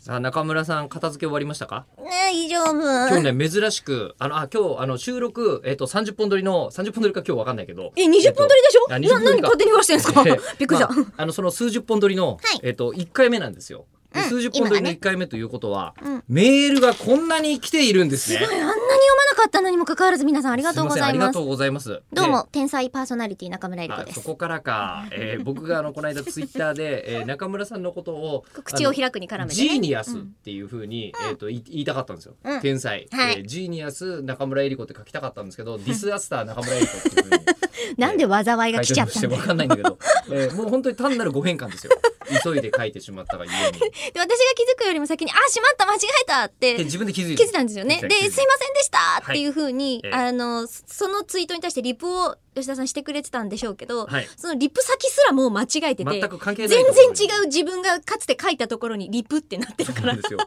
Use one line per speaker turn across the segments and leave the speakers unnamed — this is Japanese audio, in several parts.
さあ中村さん片付け終わりましたか
大丈
今
夫。
日ね珍しくあのあ今日あの収録えっ、と30本撮りの30本撮りか今日わかんないけど
え、20分撮りでしょ、
えっと
な、
あ20分撮
何
りか
勝手に言わしてんですか びっ
えー
くりした。
まああのその数十本撮りの、
はい
えっ、と1回目なんですよ、で
うん
数十本撮
今
り
が
の
ね
1回目ということは、
うん
メールがこんなに来ているんですね
あんなに読まなかったのにもかかわらず皆さんありがとうござ
せんあ
い
りが
ます。
とうございます
どうも、天才パーソナリティ中村えり子
あ
で
そ
す。
こからか、えー僕があのこの間ツイッターで、えー中村さんのこと を
口を
あの
開くに絡めて、ね。
ジーニアスっ
うん
ていう風に、えっ、とい言いたかったんですよ。
うん
天才、
はい
えージーニアス中村江里子って書きたかったんですけど、ディスアスター中村江里子っていう風に
なんで災いが
タイ
来
ト
ちゃ
ル
っ
と
た
して
んだ
わ
よ。
かんないんだけど、 えーもう本当に単なるご変換ですよ。急いで書いてしまったがゆえに。
で私が気づくよりも先に、あ、しまった、間違えた って
で。自分で気づい
気づい
た。
たんですよね。
気づ
で
いた気づい、た
すいませんでしたっていうふうに、
はいええ
あの、そそのツイートに対してリプを吉田さんしてくれてたんでしょうけど、
はい。
そのリプ先すらもう間違えてて、
全く関係ない
全
ところ
然
に。
違う自分がかつて書いたところにリプってなってる
そ
か
う
ら
なん、ですよ。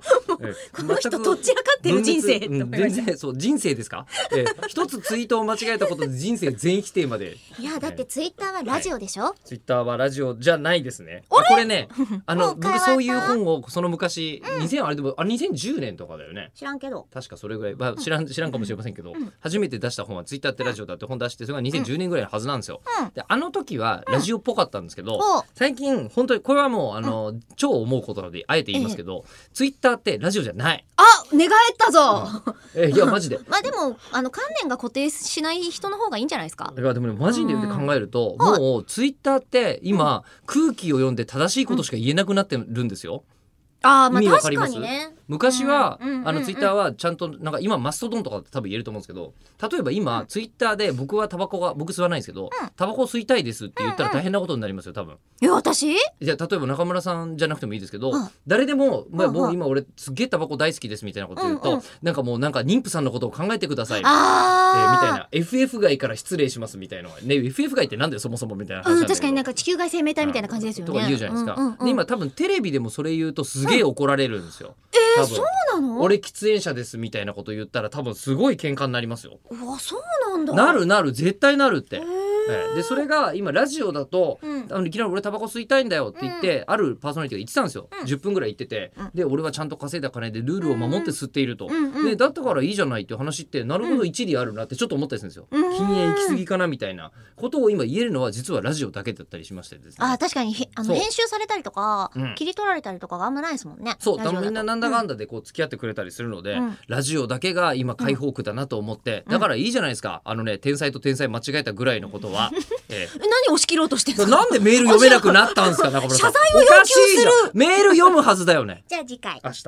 えー
この人
全く
どっちらかってる人生って
分裂
思
うん
いました
全然そう人生ですか。えー一つツイートを間違えたことで人生全否定まで。
いやだってツイッターはラジオでしょ、
ツイッターはラジオじゃないですね。あこれね、あ
も
の
う変
僕
わった
そういう本をその昔、2000あれでもあ2010年とかだよね。
知らんけど
確かそれぐらい、まあ、知らん知らんかもしれませんけど、初めて出した本はツイッターってラジオだって本出してそれが2010年ぐらいのはずなんですよ。
うん
であの時はラジオっぽかったんですけど、
お
最近本当にこれはもうあの、超思うことなのであえて言いますけど、ツイッターってラジオじゃない。
あ寝返ったぞ、
えいやマジで。
まあでもあの観念が固定しない人の方がいいんじゃないですか
いやでもねマジで考えると、
うんはい
もうツイッターって今、空気を読んで正しいことしか言えなくなってるんですよ。
あーま
意味
あ
わか
確
りま
か
す
にね
昔は、
うんうんうんうん
あのツイッターはちゃんとなんか今マストドンとかって多分言えると思うんですけど例えば今、ツイッターで僕はタバコが僕吸わないんですけど、タバコ吸いたいですって言ったら大変なことになりますよ多分
いや私
じゃあ例えば中村さんじゃなくてもいいですけど、
うん
誰でも、まあ、
うんうん
もう今俺すっげえタバコ大好きですみたいなこと言うと、
うんうん
なんかもうなんか妊婦さんのことを考えてくださいみたいな。えーみたい
ああ、
な FF 外から失礼しますみたいなのがね FF 外ってなんだよそもそもみたいな話
う
なんんだけ
確
ど
かになんか地球外生命体みたいな感じですよね、
とか言うじゃないですか、
うんうんうん
で今多分テレビでもそれ言うとすげえ怒られるんですよ、
えー
多分
そうなの
俺喫煙者ですみたいなこと言ったら多分すごい喧嘩になりますよ。
うわそうなんだ
なるなる絶対なるって。
へー
ええでそれが今ラジオだと、
うん
あのいきなり俺タバコ吸いたいんだよって言って、あるパーソナリティが言ってたんですよ、
うん
10分ぐらい言ってて、
うん
で俺はちゃんと稼いだ金でルールを守って吸っていると、
うんうん
でだったからいいじゃないっていう話ってなるほど一理あるなってちょっと思ったりするんですよ、
うん
禁煙行き過ぎかなみたいなことを今言えるのは実はラジオだけだったりしましてですね
あー確かにへあ
そ
の
う
編集されたりとか、
うん
切り取られたりとかがあんまないですもんね
そう
ラジオだと
みんななんだかんだでこう付き合ってくれたりするので、
うん
ラジオだけが今解放区だなと思って、だからいいじゃないですかあのね天才と天才間違えたぐらいのことは、え
え何押し切ろうとしてん
え
すか
なんでメール読めなくなったんですか中村さん
謝罪を要求する
おかしいじゃんメール読むはずだよね
じゃあ次回
明日